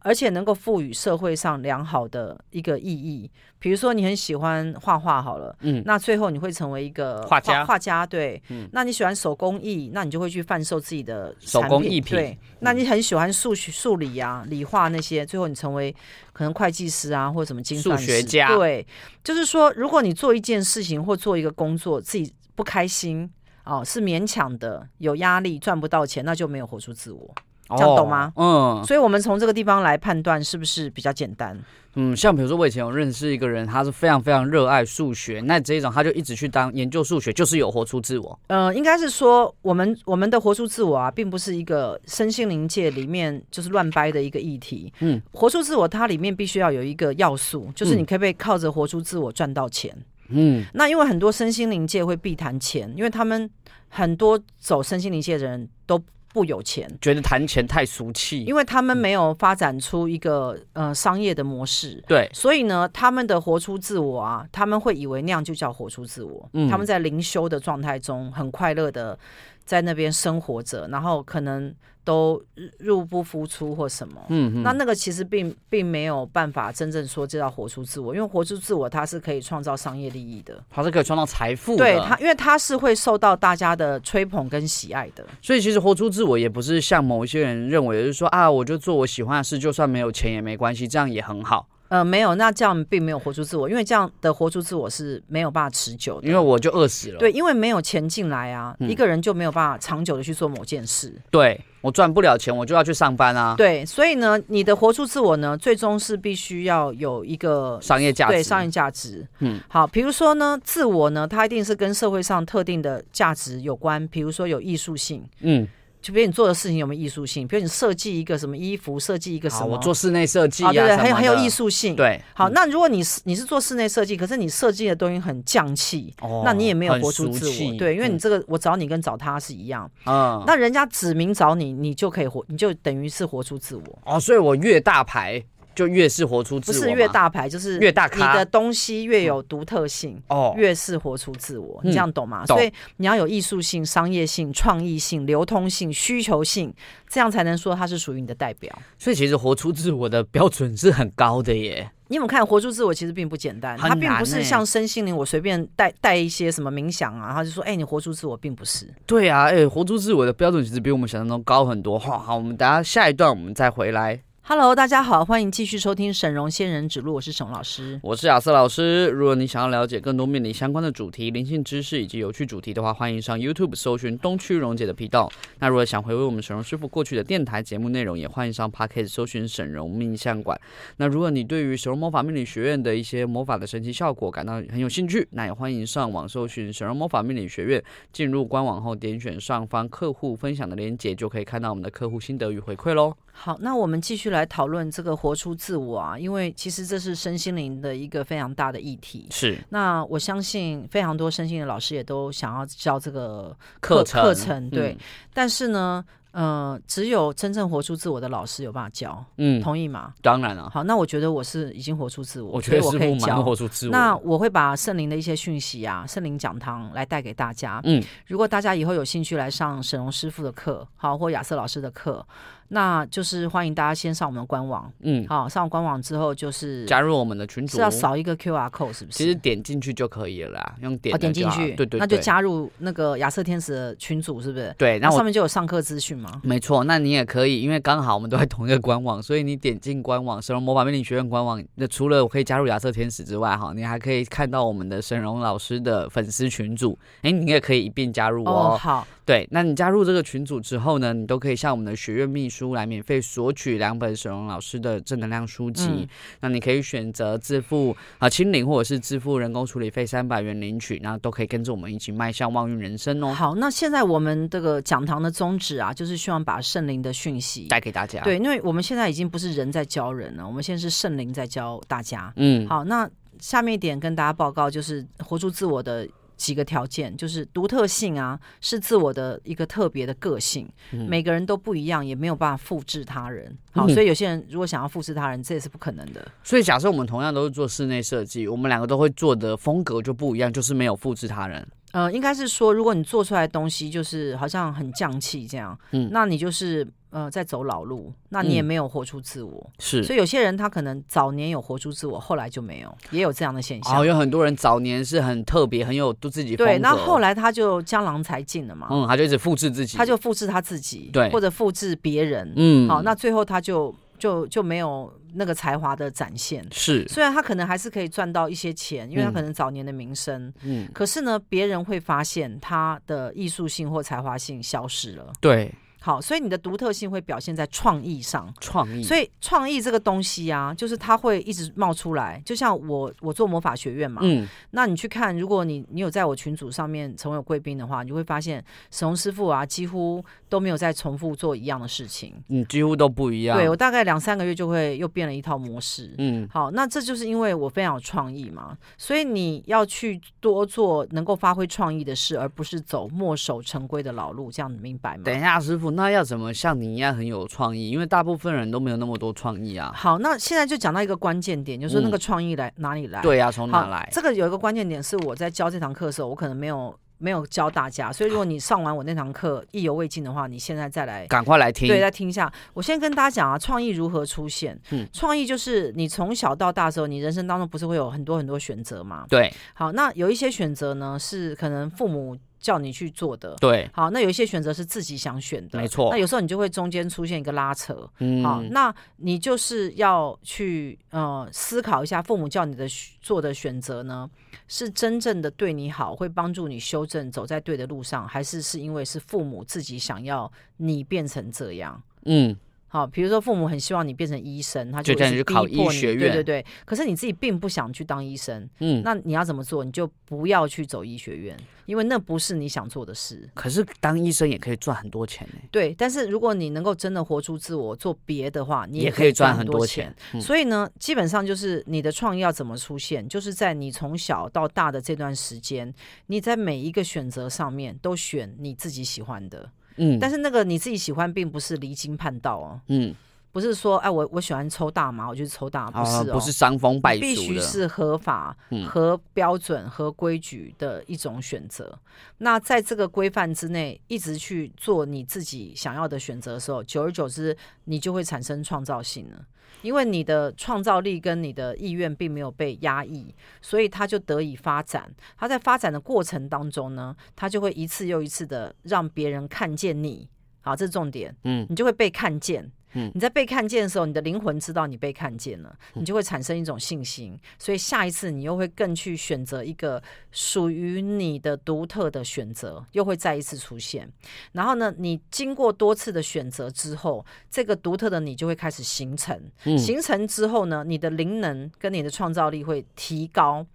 而且能够赋予社会上良好的一个意义。比如说，你很喜欢画画，好了，
嗯
那最后你会成为一个
画家嗯
画家对，那你喜欢手工艺，那你就会去贩售自己的
手
产
工艺品
对，那你很喜欢数学、数理啊、理化那些，最后你成为可能会计师啊，或者什么精算
数学
师
家
对，就是说，如果你做一件事情或做一个工作，自己不开心。哦，是勉强的，有压力，赚不到钱，那就没有活出自我。这样懂吗
哦嗯
所以，我们从这个地方来判断是不是比较简单。
嗯，像比如说我以前有认识一个人，他是非常非常热爱数学，那这一种他就一直去当研究数学，就是有活出自我。
呃，应该是说，我们我们的活出自我啊，并不是一个身心灵界里面就是乱掰的一个议题。
嗯，
活出自我，它里面必须要有一个要素，就是你可不可以靠着活出自我赚到钱？
嗯，
那因为很多身心灵界会避谈钱，因为他们很多走身心灵界的人都不有钱。
觉得谈钱太俗气。
因为他们没有发展出一个呃商业的模式，
对，
所以呢，他们的活出自我啊，他们会以为那样就叫活出自我。
嗯
他们在灵修的状态中，很快乐的在那边生活着，然后可能都入入不敷出或什么。
嗯
那
嗯，
那个其实并并没有办法真正说这叫活出自我，因为活出自我它是可以创造商业利益的，
他是可以创造财富的。
对它，因为它是会受到大家的吹捧跟喜爱的。
所以其实活出自我也不是像某一些人认为，就是说啊，我就做我喜欢的事，就算没有钱也没关系，这样也很好，
呃，没有，那这样并没有活出自我，因为这样的活出自我是没有办法持久的。
因为我就饿死了。
对，因为没有钱进来啊，
啊嗯
一个人就没有办法长久的去做某件事。
对我赚不了钱，我就要去上班啊。
对，所以呢，你的活出自我呢，最终是必须要有一个
商业价值。
对商业价值。
嗯，
好，比如说呢，自我呢，它一定是跟社会上特定的价值有关，比如说有艺术性，
嗯，
就比如你做的事情有没有艺术性，比如你设计一个什么衣服，设计一个什
好，啊哦
么，
我做室内设计
啊，对对，
什么
很有很有
的
艺。术性。。
对，
好，
嗯，
那如果你是你是做室内设计，可是你设计的东西很匠气，
哦
那你也没有
很
活出
俗
自我，
气
对，因为你
嗯
这个我找你跟找他是一样，
嗯
那人家指名找你，你就可以活，你就等于是活出自我，
哦，所以我越大牌就越是活出自
不
我嘛，
是越大牌就是
越大
你
咖
的东西越有独特性。
哦，
越是活出自我，你这
嗯
样懂吗？
懂
所以你要有艺术性、商业性、创意性、流通性、需求性，这样才能说它是属于你的代表。
所以其实活出自我的标准是很高的耶。
你有没有看活出自我其实并不简单，
很
它并
难
不是
欸
像身心灵，我随便带带一些什么冥想啊，然后就说，哎、你活出自我，并不是。
对啊，哎、活出自我的标准其实比我们想象中高很多。好，好，我们等下下一段我们再回来。
Hello，大家好，欢迎继续收听沈荣仙人指路，我是沈老师。
我是亚瑟老师。如果你想要了解更多命理相关的主题、灵性知识以及有趣主题的话，欢迎上 YouTube 搜寻东区荣姐的频道。那如果想回味我们沈荣师傅过去的电台节目内容，也欢迎上 Podcast 搜寻沈荣命相馆。那如果你对于沈荣魔法命理学院的一些魔法的神奇效果感到很有兴趣，那也欢迎上网搜寻沈荣魔法命理学院，进入官网后点选上方客户分享的链接，就可以看到我们的客户心得与回馈喽。
好，那我们继续来讨论这个活出自我啊，因为其实这是身心灵的一个非常大的议题。
是
那我相信非常多身心灵老师也都想要教这个
课
程，
程
课程对。
嗯
但是呢，呃，只有真正活出自我的老师有办法教，
嗯，
同意吗？
当然了，
好，那我觉得我是已经活出自我，
我觉得
所以
师
我可
傅
以
蛮能
教。
活出自我的。
那我会把圣灵的一些讯息啊，圣灵讲堂来带给大家。
嗯，
如果大家以后有兴趣来上沈荣师傅的课，好，或亚瑟老师的课，那就是欢迎大家先上我们的官网，
嗯，
好，上完官网之后就是
加入我们的群组
是要扫一个 QR code，是不是？
其实点进去就可以了啦，用点
哦，
的
点
就
进
好
去，
对对，
那就
对
加入那个亚瑟天使的群组，是不是？
对，
那
那
上
我。
面就有上课资讯吗？
没错，那你也可以，因为刚好我们都在同一个官网，所以你点进官网神龙魔法命理学院官网，那除了我可以加入亚瑟天使之外，哈，你还可以看到我们的神龙老师的粉丝群组，哎，你也可以一并加入
哦，
哦。
好，
对，那你加入这个群组之后呢，你都可以向我们的学院秘书来免费索取两本沈荣老师的正能量书籍。
嗯
那你可以选择自付啊、清零，或者是自付人工处理费三百元领取，然后都可以跟着我们一起迈向旺运人生哦，
好，那现在我们这个讲堂的宗旨啊，就是希望把圣灵的讯息。
带给大家。，
对，因为我们现在已经不是人在教人了，我们现在是圣灵在教大家。
嗯，
好，那下面一点跟大家报告，就是活出自我的几个条件，就是独特性啊，是自我的一个特别的个性，每个人都不一样，也没有办法复制他人。好，
嗯
所以有些人如果想要复制他人，这也是不可能的。
所以假设我们同样都是做室内设计，我们两个都会做的风格就不一样，就是没有复制他人。
呃，应该是说，如果你做出来的东西就是好像很降气这样，
嗯
那你就是呃在走老路，那你也
嗯
没有活出自我。
是。
所以有些人他可能早年有活出自我，后来就没有，也有这样的现象。
哦，有很多人早年是很特别，很有自己风格。哦
对，那后，来他就江郎才尽了嘛，
嗯，他就一直复制自己。
他就复制他自己，
对
或者复制别人。
嗯，
好，那最后他就就就没有那个才华的展现。
是，
虽然他可能还是可以赚到一些钱，因为他
嗯
可能早年的名声，
嗯，
可是呢，别人会发现他的艺术性或才华性消失了。
对，
好，所以你的独特性会表现在创意上。
创意。
所以创意这个东西啊，就是它会一直冒出来。就像我我做魔法学院嘛，
嗯，
那你去看，如果你你有在我群组上面成为贵宾的话，你会发现沈宏师傅啊，几乎都没有在重复做一样的事情。
你嗯几乎都不一样。
对我大概两三个月就会又变了一套模式。
嗯，
好，那这就是因为我非常有创意嘛，所以你要去多做能够发挥创意的事，而不是走墨守成规的老路，这样你明白吗？
等一下，师傅，那要怎么像你一样很有创意？因为大部分人都没有那么多创意啊。
好，那现在就讲到一个关键点，就是说那
嗯
个创意来、哪里来？，
对呀、从哪
好，
来？
这个有一个关键点是我在教这堂课的时候，我可能没有没有教大家，所以如果你上完我那堂课意犹未尽的话，你现在再来。
赶快来听。
对，再听一下。我先跟大家讲啊，创意如何出现？
嗯
创意就是你从小到大的时候，你人生当中不是会有很多很多选择吗？
对
好，那有一些选择呢是可能父母叫你去做的。
对，
好，那有一些选择是自己想选的，
没错
那有时候你就会中间出现一个拉扯，好，
嗯，
那你就是要去呃思考一下，父母叫你的选做的选择呢，是真正的对你好，会帮助你修正走在对的路上，还是是因为是父母自己想要你变成这样？
嗯，
好，比如说父母很希望你变成医生，他
就
会
叫
一
你
直
去
逼
考
迫
医
你
学
对
院
对对。可是你自己并不想去当医生，
嗯。
那你要怎么做？你就不要去走医学院，因为那不是你想做的事。
可是当医生也可以赚很多钱呢、
对，但是如果你能够真的活出自我，做别的话，你
也可
可以
以赚
赚
很
多
多钱。嗯
所以呢，基本上就是你的创意要怎么出现，就是在你从小到大的这段时间，你在每一个选择上面都选你自己喜欢的。
嗯，
但是那个你自己喜欢，并不是离经叛道哦，
嗯，
不是说哎我我喜欢抽大麻，我就去抽大麻，
啊，
不是哦，
不是伤风败
你必
俗
须
的，
是合法、
嗯
合标准、合规矩的一种选择。那在这个规范之内，一直去做你自己想要的选择的时候，久而久之，你就会产生创造性了。因为你的创造力跟你的意愿并没有被压抑，所以它就得以发展。它在发展的过程当中呢，它就会一次又一次的让别人看见你。好，这是重点。
嗯
你就会被看见。
嗯
你在被看见的时候，你的灵魂知道你被看见了，你就会产生一种信心，所以下一次你又会更去选择一个属于你的独特的选择，又会再一次出现。然后呢，你经过多次的选择之后，这个独特的你就会开始形成。
嗯
形成之后呢，你的灵能跟你的创造力会提高。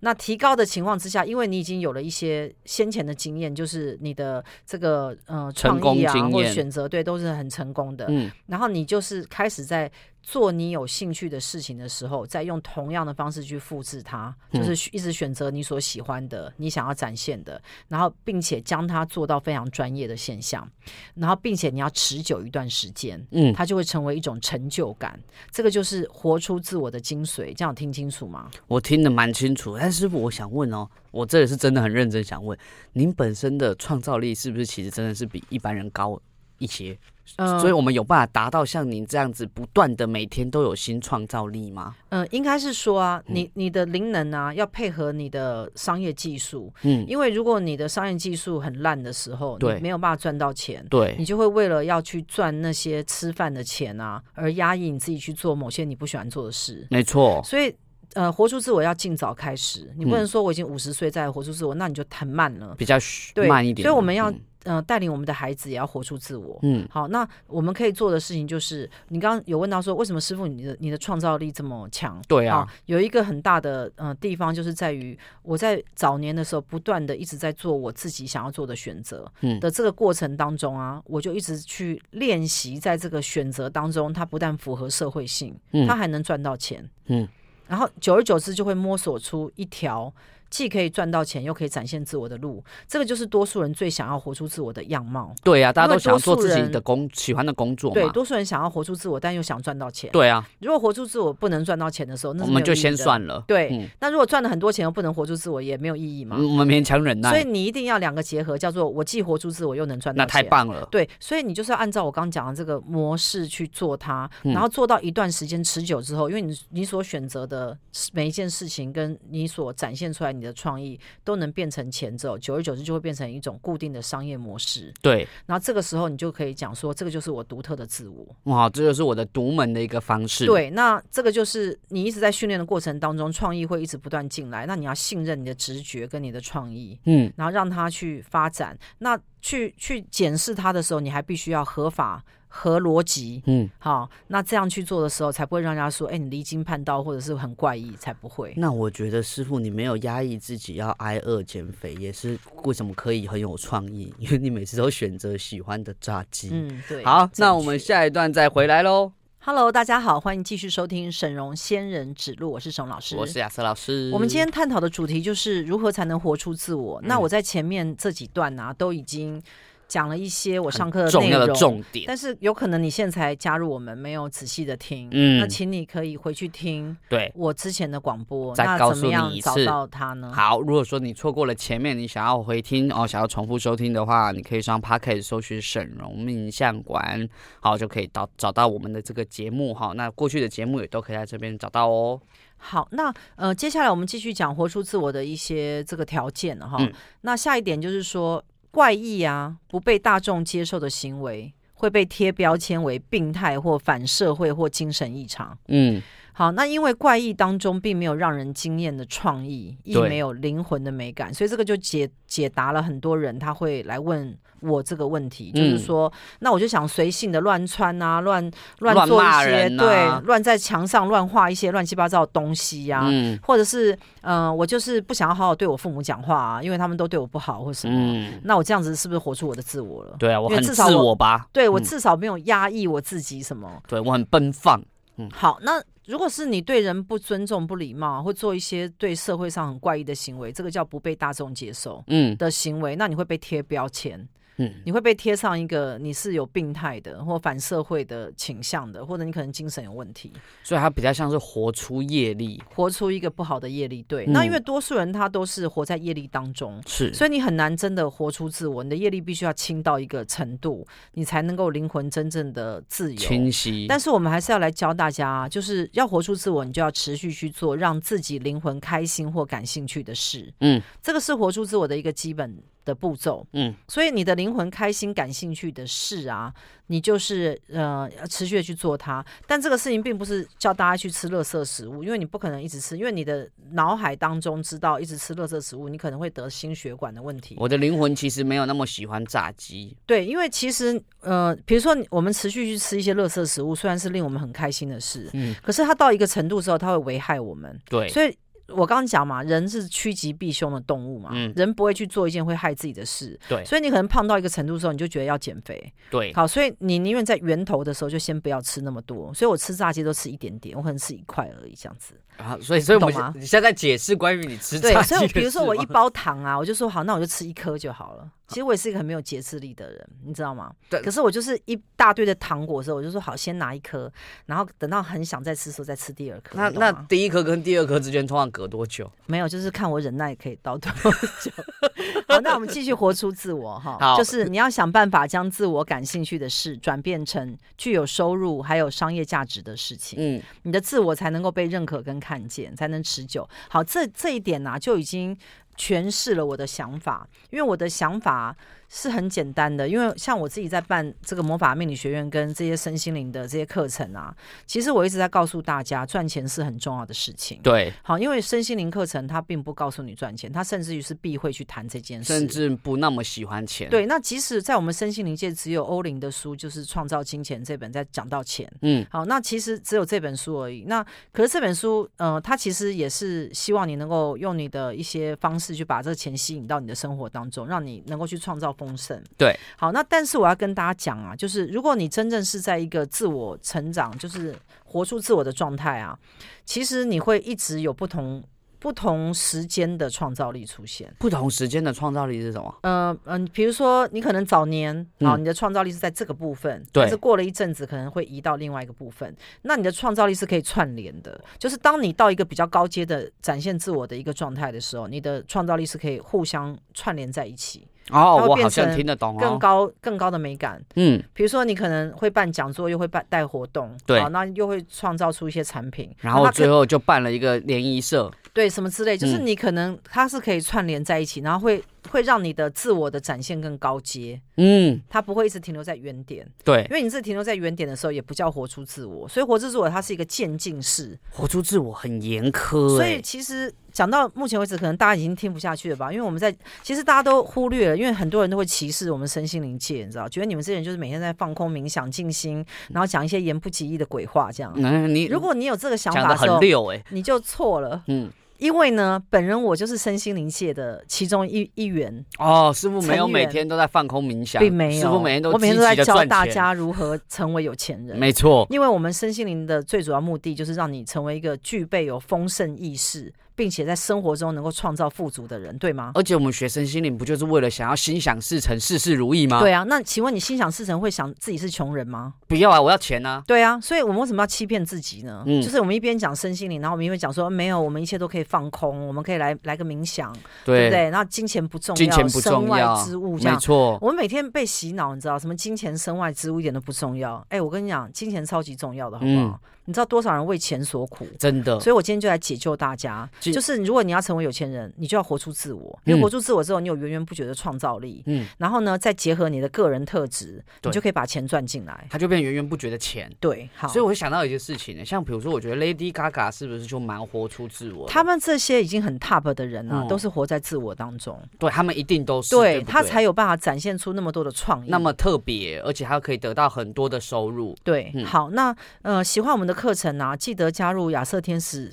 那提高的情况之下，因为你已经有了一些先前的经验，就是你的这个呃创
成
意
功经
啊
验
或者选择，对，都是很成功的。
嗯
然后你就是开始在做你有兴趣的事情的时候，再用同样的方式去复制它，
嗯
就是一直选择你所喜欢的、你想要展现的，然后并且将它做到非常专业的现象，然后并且你要持久一段时间，
嗯，
它就会成为一种成就感。这个就是活出自我的精髓。这样有听清楚吗？
我听得蛮清楚。但师傅，我想问哦，我这也是真的很认真想问，您本身的创造力是不是其实真的是比一般人高一些？所以我们有办法达到像您这样子不断的每天都有新创造力吗？
嗯，应该是说啊，
嗯
你你的灵能啊，要配合你的商业技术，
嗯，
因为如果你的商业技术很烂的时候，
对
你没有办法赚到钱。
对
你就会为了要去赚那些吃饭的钱啊，而压抑你自己去做某些你不喜欢做的事。
没错，
所以，呃，活出自我要尽早开始，你不
哦嗯
能说我已经五十岁再活出自我，那你就太慢了。
比较
对
慢一点。
所以我们要
嗯
呃，带领我们的孩子也要活出自我。
嗯
好，那我们可以做的事情就是，你刚刚有问到说，为什么师傅你的你的创造力这么强？
对啊
好，有一个很大的呃地方就是在于我在早年的时候，不断的一直在做我自己想要做的选择
嗯
的这个过程当中啊，我就一直去练习，在这个选择当中，它不但符合社会性，
嗯
它还能赚到钱，
嗯，
然后久而久之就会摸索出一条。既可以赚到钱，又可以展现自我的路，这个就是多数人最想要活出自我的样貌。
对啊，大家
因为
都想要
多
做
数
自己
人
的工喜欢的工作
对，
嘛。
多数人想要活出自我，但又想赚到钱。
对啊，
如果活出自我不能赚到钱的时候，那
我
是
们
没有
就
意义
先
的。
算了。
对，
嗯
那如果赚了很多钱又不能活出自我，也没有意义嘛。
嗯我们勉强忍
所以
耐，
你一定要两个结合，叫做我既活出自我，又能赚到
那
钱。
太！棒了。
对，所以你就是要按照我刚刚讲的这个模式去做它，
嗯
然后做到一段时间持久之后，因为你你所选择的每一件事情，跟你所展现出来你的创意，都能变成钱之后，久而久之就会变成一种固定的商业模式。
对，
然后这个时候你就可以讲说，这个就是我独特的自我。
哇，这就是我的独门的一个方式。，
对，那这个就是你一直在训练的过程当中，创意会一直不断进来。那你要信任你的直觉跟你的创意，
嗯，
然后让它去发展。那去去检视它的时候，你还必须要合法、合逻辑。
嗯，
好，那这样去做的时候，才不会让人家说，哎、你离经叛道，或者是很怪异，才不会。
那我觉得师傅你没有压抑自己要挨饿减肥，也是为什么可以很有创意，因为你每次都选择喜欢的炸鸡。
嗯，对。
好，那
正
我们
确
下一段再回来喽。
Hello，大家好，欢迎继续收听沈荣仙人指路，我是沈老师，
我是亚瑟老师。
我们今天探讨的主题就是如何才能活出自我。
嗯
那我在前面这几段呢、啊，都已经讲了一些我上课的
重
内
要的
容，
重点，
但是有可能你现在才加入我们，没有仔细的听。
嗯
那请你可以回去听
对。
我之前的广播，
再
那
告
怎
诉
么
你
样
一
找
次
到它呢？
好，如果说你错过了前面，你想要回听哦，想要重复收听的话，你可以上 p o c k e t 搜寻沈荣命相馆，好就可以到找到我们的这个节目哈。那过去的节目也都可以在这边找到哦。
好，那呃，接下来我们继续讲活出自我的一些这个条件了哈。
嗯
那下一点就是说，怪异啊，不被大众接受的行为会被贴标签为病态或反社会或精神异常。
嗯，
好，那因为怪异当中并没有让人惊艳的创意，亦
对
没有灵魂的美感，所以这个就解解答了很多人他会来问我这个问题，就是
嗯
说，那我就想随性的乱穿啊，乱乱
乱
做一
骂
些，
人啊
对，乱在墙上乱画一些乱七八糟的东西呀、
嗯
或者是，嗯、我就是不想要好好对我父母讲话啊，因为他们都对我不好或什么。
嗯，
那我这样子是不是活出我的自我了？
对啊，
因
我
为
很
至少
自
我
我吧，
对我
嗯
至少没有压抑我自己什么。
对我很奔放。
好，那如果是你对人不尊重、不礼貌，或做一些对社会上很怪异的行为，这个叫不被大众接受
嗯
的行为，那你会被贴标签，
嗯，
你会被贴上一个你是有病态的，或反社会的倾向的，或者你可能精神有问题，
所以它比较像是活出业力，
活出一个不好的业力。对，
嗯
那因为多数人他都是活在业力当中。
是
所以你很难真的活出自我，你的业力必须要轻到一个程度，你才能够灵魂真正的自由。
清晰。
但是我们还是要来教大家啊，就是要活出自我，你就要持续去做让自己灵魂开心或感兴趣的事。
嗯，
这个是活出自我的一个基本的步骤。
嗯，
所以你的灵魂开心、感兴趣的事啊，你就是呃持续的去做它。但这个事情并不是叫大家去吃垃圾食物，因为你不可能一直吃，因为你的脑海当中知道一直吃垃圾食物，你可能会得心血管的问题。
我的灵魂其实没有那么喜欢炸鸡，
对，因为其实呃，比如说你我们持续去吃一些垃圾食物，虽然是令我们很开心的事，
嗯
可是它到一个程度之后，它会危害我们。
对，
所以我刚刚讲嘛，人是趋吉避凶的动物嘛，
嗯
人不会去做一件会害自己的事，
对
所以你可能胖到一个程度的时候，你就觉得要减肥，
对，
好，所以你宁愿在源头的时候就先不要吃那么多，所以我吃炸鸡都吃一点点，我可能吃一块而已这样
(laughs)
子。
啊，所以所以我
懂吗
们你现在解释关于你吃
对
炸，鸡
所以我
的
比如说
事
我
吗啊
一包糖啊，我就说好，那我就吃一颗就好了。其实我也是一个很没有节制力的人，你知道吗？
对
可是我就是一大堆的糖果的时候，我就说好，先拿一颗，然后等到很想再吃的时候再吃第二颗。
那
你懂吗
那第一颗跟第二颗之间通常隔多久？
没有，就是看我忍耐可以到多久。好，那我们继续活出自我哈，
好
就是你要想办法将自我感兴趣的事转变成具有收入还有商业价值的事情，
嗯，
你的自我才能够被认可跟看见，才能持久。好，这这一点呢、啊就已经。诠释了我的想法，因为我的想法是很简单的，因为像我自己在办这个魔法命理学院跟这些身心灵的这些课程啊，其实我一直在告诉大家，赚钱是很重要的事情。
对，
好，因为身心灵课程它并不告诉你赚钱，它甚至于是避讳去谈这件事。
甚至不那么喜欢钱。，
对，那即使在我们身心灵界，只有欧林的书就是《创造金钱》这本在讲到钱。
嗯，
好，那其实只有这本书而已。那可是这本书，呃，它其实也是希望你能够用你的一些方式去把这个钱吸引到你的生活当中，让你能够去创造丰盛。
对，
好，那但是我要跟大家讲啊，就是如果你真正是在一个自我成长，就是活出自我的状态啊，其实你会一直有不同不同时间的创造力出现。
不同时间的创造力是什么？
呃嗯，比如说你可能早年
嗯
啊、你的创造力是在这个部分，
对
但是过了一阵子可能会移到另外一个部分，那你的创造力是可以串联的。就是当你到一个比较高阶的展现自我的一个状态的时候，你的创造力是可以互相串联在一起，
哦
它，会
我
变
好像
成
听得懂哦。
更高更高的美感。
嗯，
比如说你可能会办讲座，又会办带活动，
对
好那又会创造出一些产品，
然后
它可
最后就办了一个联谊社。
对什么之类，就是
嗯
你可能它是可以串联在一起，然后会会让你的自我的展现更高阶。
嗯，
它不会一直停留在原点，
对
因，为你自己停留在原点的时候，也不叫活出自我。所以活出自我，它是一个渐进式。
活出自我很严苛、欸，
所以其实讲到目前为止，可能大家已经听不下去了吧？因为我们在其实大家都忽略了，因为很多人都会歧视我们身心灵界，你知道，觉得你们这些人就是每天在放空、冥想、静心，然后讲一些言不及义的鬼话这样。
嗯，你
如果你有这个想
讲
法
的
的时候
很，溜哎、
你就错了。
嗯，
因为呢，本人我就是身心灵界的其中一一员，
哦，师傅没有
成员
每天都在放空冥想，
并没
师
有，
傅每天都
我每天都
积
在
极地
教
赚
大
钱，
家如何成为有钱人。
没错，
因为我们身心灵的最主要目的就是让你成为一个具备有丰盛意识，并且在生活中能够创造富足的人，对吗？
而且我们学生心灵不就是为了想要心想事成、事事如意吗？，
对啊，那请问你心想事成会想自己是穷人吗？
不要啊，我要钱啊！
对啊，所以我们为什么要欺骗自己呢？
嗯
就是我们一边讲身心灵，然后我们一边讲说没有，我们一切都可以放空，我们可以来来个冥想，对不
对，
对？然后金钱不重要，
金钱不重
身外
要
之物这
没
样。
错，
我们每天被洗脑，你知道什么金钱身外之物一点都不重要。哎，我跟你讲，金钱超级重要的，好不
嗯
好？你知道多少人为钱所苦？
真的，
所以我今天就来解救大家，
其
就是如果你要成为有钱人，你就要活出自我，因为
嗯
活出自我之后，你有源源不绝的创造力，
嗯，
然后呢，再结合你的个人特质，你
对
就可以把钱赚进来。
他就变源源不绝的钱。
对，好，
所以我就想到一些事情呢，欸像比如说，我觉得 Lady Gaga 是不是就蛮活出自我的？
他们这些已经很 top 的人啊，
嗯
都是活在自我当中，
对他们一定都是，
对
不
他才有办法展现出那么多的创意。
那么特别，而且他可以得到很多的收入。
对，
嗯
好，那呃，喜欢我们的课程啊，记得加入亚瑟天使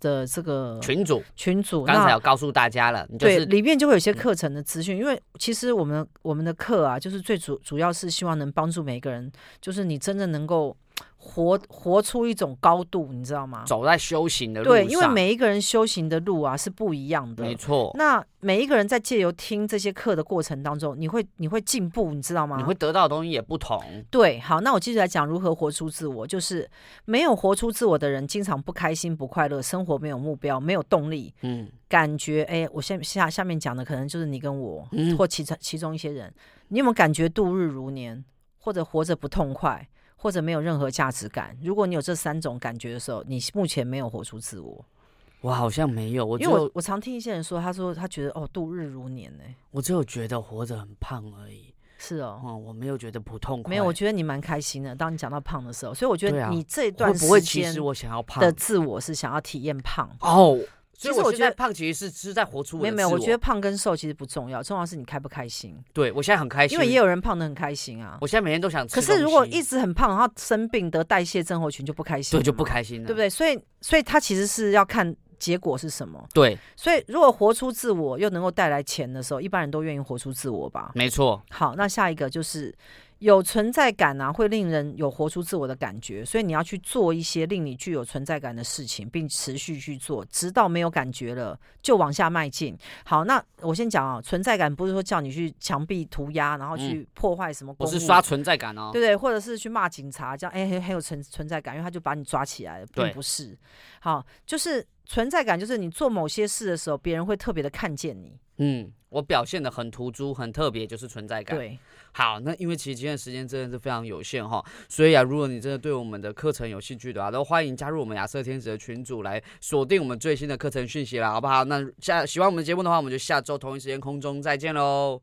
的这个
群主
群组。
刚才
嗯那
有告诉大家了，你就
对，
是嗯
里面就会有一些课程的资讯，因为其实我们我们的课啊，就是最主主要是希望能帮助每一个人，就是你真正能够活活出一种高度，你知道吗？
走在修行的路
对，
上，
因为每一个人修行的路啊是不一样的
没。错，
那每一个人在借由听这些课的过程当中，你会你会进步，你知道吗？
你会得到的东西也不同。
对，好，那我继续来讲如何活出自我。就是没有活出自我的人，经常不开心、不快乐，生活没有目标，没有动力，
嗯，
感觉哎、我下下下面讲的可能就是你跟我，
嗯
或其中其中一些人，你有没有感觉度日如年，或者活着不痛快，或者没有任何价值感？如果你有这三种感觉的时候，你目前没有活出自我。
我好像没有，我只
因为我
有
我常听一些人说，他说他觉得哦度日如年呢、
我只有觉得活着很胖而已。
是哦。
哦，我没有觉得不痛快。
没有，我觉得你蛮开心的。当你讲到胖的时候，所以我觉
对
得
啊
你这段
会
时
不会其
间
实我想要胖
的自我是想要体验胖。
哦？
其
所以
实我
我
觉
现
得
在胖其实是是在活出我
没
的
有没有，
自
我觉得胖跟瘦其实不重要，重要是你开不开心。
对我现在很开心，
因为也有人胖的很开心啊，
我现在每天都想吃
可
东西。
是如果一直很胖，然后生病得代谢症候群就不开心，
对就不，开心了，啊
对不对？所以所以他其实是要看结果是什么。
对，
所以，如果活出自我又能够带来钱的时候，一般人都愿意活出自我吧。
没错，
好，那下一个就是有存在感啊，会令人有活出自我的感觉，所以你要去做一些令你具有存在感的事情，并持续去做，直到没有感觉了就往下迈进。好，那我先讲啊，存在感不是说叫你去墙壁涂鸦，
嗯
然后去破坏什么
我
公物，
是刷存在感哦。
对不对？或者是去骂警察，这样哎很很有存存在感，因为他就把你抓起来了，并
对
不是。好，就是存在感，就是你做某些事的时候，别人会特别的看见你。
嗯，我表现的很突出，很特别，就是存在感。
对，
好，那因为其实今天的时间真的是非常有限哈，所以啊，如果你真的对我们的课程有兴趣的话，都欢迎加入我们亚瑟天使的群组来锁定我们最新的课程讯息啦，好不好？那下喜欢我们的节目的话，我们就下周同一时间空中再见喽。